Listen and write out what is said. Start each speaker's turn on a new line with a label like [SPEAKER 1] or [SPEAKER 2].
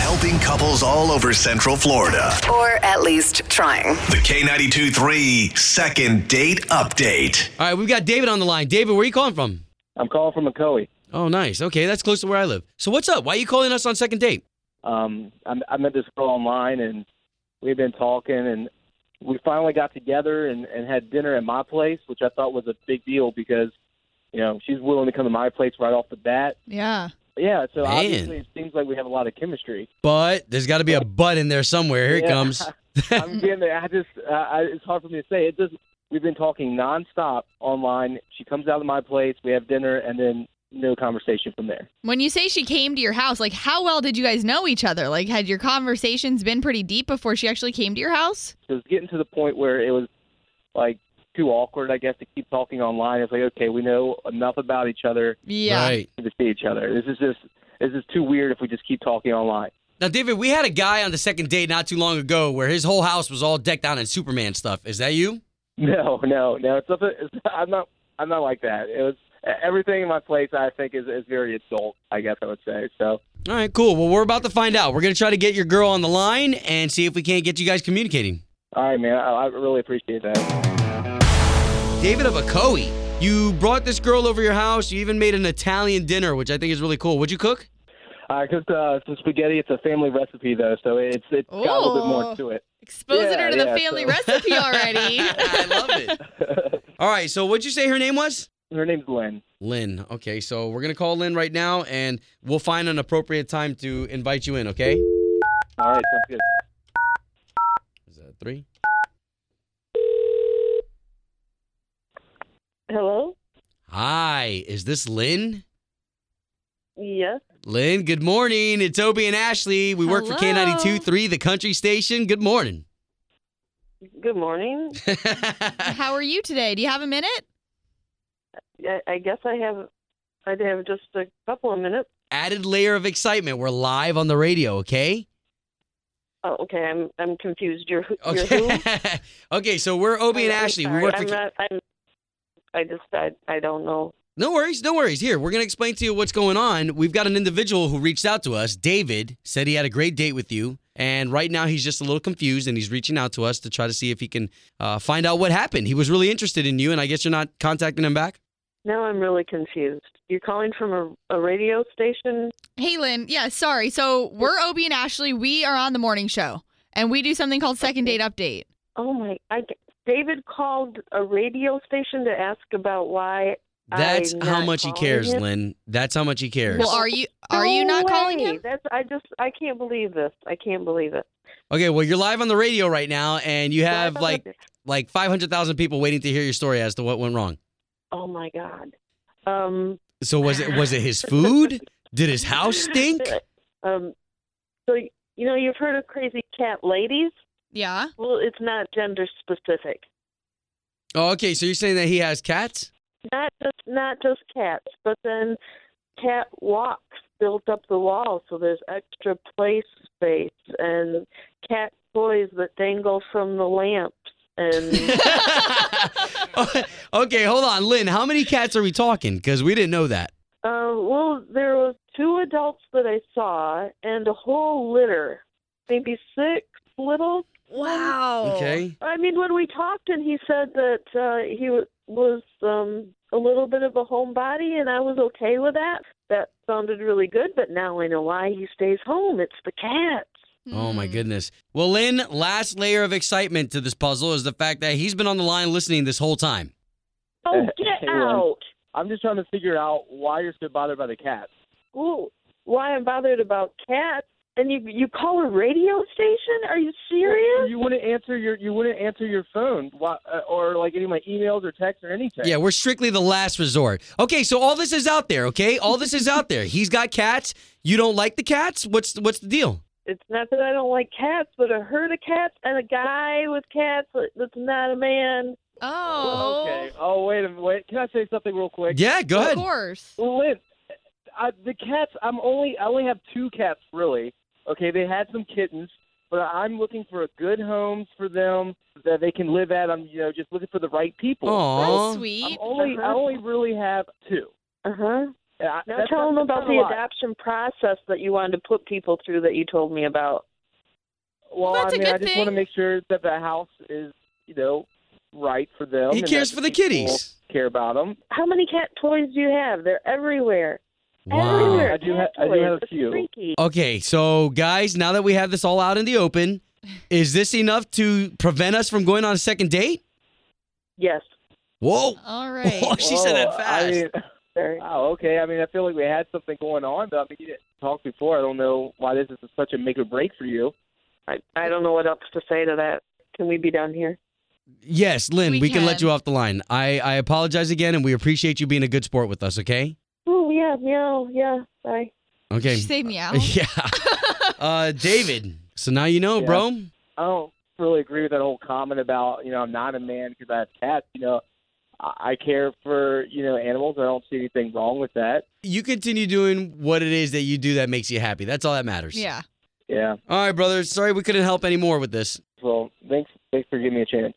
[SPEAKER 1] helping couples all over Central Florida.
[SPEAKER 2] Or at least trying.
[SPEAKER 1] The K92 3 Second Date Update.
[SPEAKER 3] All right, we've got David on the line. David, where are you calling from?
[SPEAKER 4] I'm calling from McCoy.
[SPEAKER 3] Oh, nice. Okay, that's close to where I live. So what's up? Why are you calling us on second date?
[SPEAKER 4] Um, I, I met this girl online, and we've been talking, and we finally got together and, and had dinner at my place, which I thought was a big deal because, you know, she's willing to come to my place right off the bat.
[SPEAKER 5] Yeah.
[SPEAKER 4] But yeah, so
[SPEAKER 3] Man.
[SPEAKER 4] obviously it seems like we have a lot of chemistry.
[SPEAKER 3] But there's got to be a but in there somewhere. Here it
[SPEAKER 4] Yeah.
[SPEAKER 3] comes.
[SPEAKER 4] I'm getting there. I just, uh, I, it's hard for me to say. It just, we've been talking nonstop online. She comes out to my place, we have dinner, and then no conversation from there.
[SPEAKER 5] When you say she came to your house, like how well did you guys know each other? Like had your conversations been pretty deep before she actually came to your house?
[SPEAKER 4] it was getting to the point where it was like too awkward, I guess, to keep talking online. It's like, okay, we know enough about each other
[SPEAKER 5] Yeah.
[SPEAKER 3] Right.
[SPEAKER 4] to see each other. This is just this is too weird if we just keep talking online.
[SPEAKER 3] Now, David, we had a guy on the second date not too long ago where his whole house was all decked out in Superman stuff. Is that you?
[SPEAKER 4] No, no, no. It's something. It's, I'm not. I'm not like that. It was e, everything in my place. I think is is very adult. I guess I would say so.
[SPEAKER 3] All right, cool. Well, we're about to find out. We're going to try to get your girl on the line and see if we can't get you guys communicating.
[SPEAKER 4] All right, man. I, I really appreciate that.
[SPEAKER 3] David of Akoi, you brought this girl over your house. You even made an Italian dinner, which I think is really cool. What'd you cook?
[SPEAKER 4] I cooked uh, some spaghetti. It's a family recipe though, so it's it's got a little bit more
[SPEAKER 5] Ooh.
[SPEAKER 4] to it.
[SPEAKER 5] Exposing
[SPEAKER 4] Yeah,
[SPEAKER 5] her to the
[SPEAKER 4] yeah,
[SPEAKER 5] family
[SPEAKER 4] so-
[SPEAKER 5] recipe already.
[SPEAKER 3] I love it. All right, so what'd you say her name was?
[SPEAKER 4] Her name's Lynn.
[SPEAKER 3] Lynn. Okay, so we're going to call Lynn right now and we'll find an appropriate time to invite you in, okay?
[SPEAKER 4] All right, sounds good.
[SPEAKER 3] Is that three?
[SPEAKER 6] Hello?
[SPEAKER 3] Hi, is this Lynn?
[SPEAKER 6] Yes.
[SPEAKER 3] Lynn, good morning. It's Obie and Ashley. We work for
[SPEAKER 5] Hello.
[SPEAKER 3] K92 3, the country station. Good morning.
[SPEAKER 6] Good morning.
[SPEAKER 5] How are you today? Do you have a minute?
[SPEAKER 6] I, I guess I have I have just a couple of minutes.
[SPEAKER 3] Added layer of excitement. We're live on the radio, okay?
[SPEAKER 6] Oh, okay. I'm I'm confused. You're who- you're who?
[SPEAKER 3] Okay. okay, so we're Obie and
[SPEAKER 6] I'm- I'm
[SPEAKER 3] Ashley. We
[SPEAKER 6] sorry.
[SPEAKER 3] work for
[SPEAKER 6] I'm not, I'm, I just I, I don't know.
[SPEAKER 3] No worries, no worries. Here, we're going to explain to you what's going on. We've got an individual who reached out to us. David said he had a great date with you. And right now, he's just a little confused and he's reaching out to us to try to see if he can uh, find out what happened. He was really interested in you, and I guess you're not contacting him back?
[SPEAKER 6] Now I'm really confused. You're calling from a, a radio station?
[SPEAKER 5] Hey Lynn, yeah, sorry. So we're Obie and Ashley. We are on the morning show. And we do something called second date update.
[SPEAKER 6] Oh my I David called a radio station to ask about why
[SPEAKER 3] That's
[SPEAKER 6] I'm
[SPEAKER 3] how
[SPEAKER 6] not
[SPEAKER 3] much he
[SPEAKER 6] calling
[SPEAKER 3] cares,
[SPEAKER 6] him. uh,
[SPEAKER 3] Lynn. That's how much he cares.
[SPEAKER 5] Well, are you are you
[SPEAKER 6] No
[SPEAKER 5] not calling
[SPEAKER 6] way.
[SPEAKER 5] him?
[SPEAKER 6] That's I just I can't believe this. I can't believe it.
[SPEAKER 3] okay, well, you're live on the radio right now, and you have
[SPEAKER 6] Why-
[SPEAKER 3] like like 500,000 people waiting to hear your story as to what went wrong.
[SPEAKER 6] Oh my god. Um
[SPEAKER 3] So was it was it his food? Did his house stink?
[SPEAKER 6] Um, so y- you know you've heard of crazy cat ladies.
[SPEAKER 5] Yeah.
[SPEAKER 6] Well, it's not gender specific.
[SPEAKER 3] Oh, okay, so you're saying that he has cats?
[SPEAKER 6] Not just not just cats, but then cat walks built up the wall, so there's extra play space and cat toys that dangle from the lamps. And
[SPEAKER 3] okay, hold on, Lynn. How many cats are we talking? Because we didn't know that.
[SPEAKER 6] uh, well, there was two adults that I saw, and a whole litter, maybe six little
[SPEAKER 5] Wow.
[SPEAKER 3] Okay.
[SPEAKER 6] I mean, when we talked, and he said that uh, he w- was um, a little bit of a homebody, and I was okay with that. That sounded really good, but now I know why he stays home. It's the cats.
[SPEAKER 5] Hmm.
[SPEAKER 3] Oh my goodness. Well, Lynn, last layer of excitement to this puzzle is the fact that he's been on the line listening this whole time.
[SPEAKER 6] Oh, get
[SPEAKER 4] Hey, Lynn.
[SPEAKER 6] out!
[SPEAKER 4] I'm just trying to figure out why you're so bothered by the cats.
[SPEAKER 6] Ooh, why I'm bothered about cats? And you you call a radio station? Are you serious?
[SPEAKER 4] You wouldn't answer your you wouldn't answer your phone why, uh, or like any of my emails or texts or anything.
[SPEAKER 3] Yeah, we're strictly the last resort. Okay, so all this is out there. Okay, all this is out there. He's got cats. You don't like the cats? What's what's the deal?
[SPEAKER 6] It's not that I don't like cats, but a herd of cats and a guy with cats that's not a man.
[SPEAKER 5] Oh.
[SPEAKER 4] Okay. Oh wait a minute. Wait. Can I say something real quick?
[SPEAKER 3] Yeah, go
[SPEAKER 5] Of
[SPEAKER 3] ahead.
[SPEAKER 5] course.
[SPEAKER 4] Lynn, I, the cats. I'm only I only have two cats really. Okay. They had some kittens, but I'm looking for a good home for them that they can live at. I'm you know
[SPEAKER 3] Oh.
[SPEAKER 4] just looking for the right people.
[SPEAKER 3] Aw.
[SPEAKER 5] That's
[SPEAKER 4] I'm
[SPEAKER 5] sweet.
[SPEAKER 4] only I only really have two.
[SPEAKER 6] Uh huh.
[SPEAKER 4] And I,
[SPEAKER 6] Now
[SPEAKER 4] that's
[SPEAKER 6] tell them
[SPEAKER 4] not-
[SPEAKER 6] about
[SPEAKER 4] that's not a
[SPEAKER 6] the
[SPEAKER 4] lot.
[SPEAKER 6] adoption process that you wanted to put people through that you told me about.
[SPEAKER 4] Well,
[SPEAKER 5] That's
[SPEAKER 4] I
[SPEAKER 5] a
[SPEAKER 4] mean, I
[SPEAKER 5] good
[SPEAKER 4] just want to
[SPEAKER 5] thing.
[SPEAKER 4] make sure that the house is, you know, right for them.
[SPEAKER 3] He
[SPEAKER 4] and
[SPEAKER 3] cares
[SPEAKER 4] that
[SPEAKER 3] for the
[SPEAKER 4] people
[SPEAKER 3] kitties.
[SPEAKER 4] Care about them.
[SPEAKER 6] How many cat toys do you have? They're everywhere. Everywhere.
[SPEAKER 4] I do
[SPEAKER 6] Cat
[SPEAKER 4] ha- I do
[SPEAKER 6] toys.
[SPEAKER 4] have a
[SPEAKER 6] It's
[SPEAKER 4] few.
[SPEAKER 6] freaky.
[SPEAKER 3] Okay, so guys, now that we have this all out in the open, is this enough to prevent us from going on a second date?
[SPEAKER 6] Yes.
[SPEAKER 3] Whoa.
[SPEAKER 5] All right.
[SPEAKER 3] Whoa, she said
[SPEAKER 4] Whoa,
[SPEAKER 3] that
[SPEAKER 4] I
[SPEAKER 3] fast.
[SPEAKER 4] mean,
[SPEAKER 6] Sorry.
[SPEAKER 4] oh, okay. I mean, I feel like we had something going on, but I mean, you didn't talk before. I don't know why this is such a make or break for you.
[SPEAKER 6] I, I don't know what else to say to that. Can we be done here?
[SPEAKER 3] yes, Lynn, we,
[SPEAKER 5] We
[SPEAKER 3] can. let
[SPEAKER 5] can.
[SPEAKER 3] you off the line. I, I apologize again, and we appreciate you being a good sport with us, okay?
[SPEAKER 6] Oh, yeah, meow, yeah. Bye.
[SPEAKER 3] Okay.
[SPEAKER 5] She saved me out.
[SPEAKER 3] yeah. uh, David, so now you know,
[SPEAKER 4] Yeah.
[SPEAKER 3] bro.
[SPEAKER 4] I don't really agree with that whole comment about you know I'm not a man because I have cats. You know, I, I care for you know animals. I don't see anything wrong with that.
[SPEAKER 3] You continue doing what it is that you do that makes you happy. That's all that matters.
[SPEAKER 5] Yeah.
[SPEAKER 4] Yeah.
[SPEAKER 3] All right, brother. Sorry we couldn't help any more with this.
[SPEAKER 4] Well, thanks thanks for giving me a chance.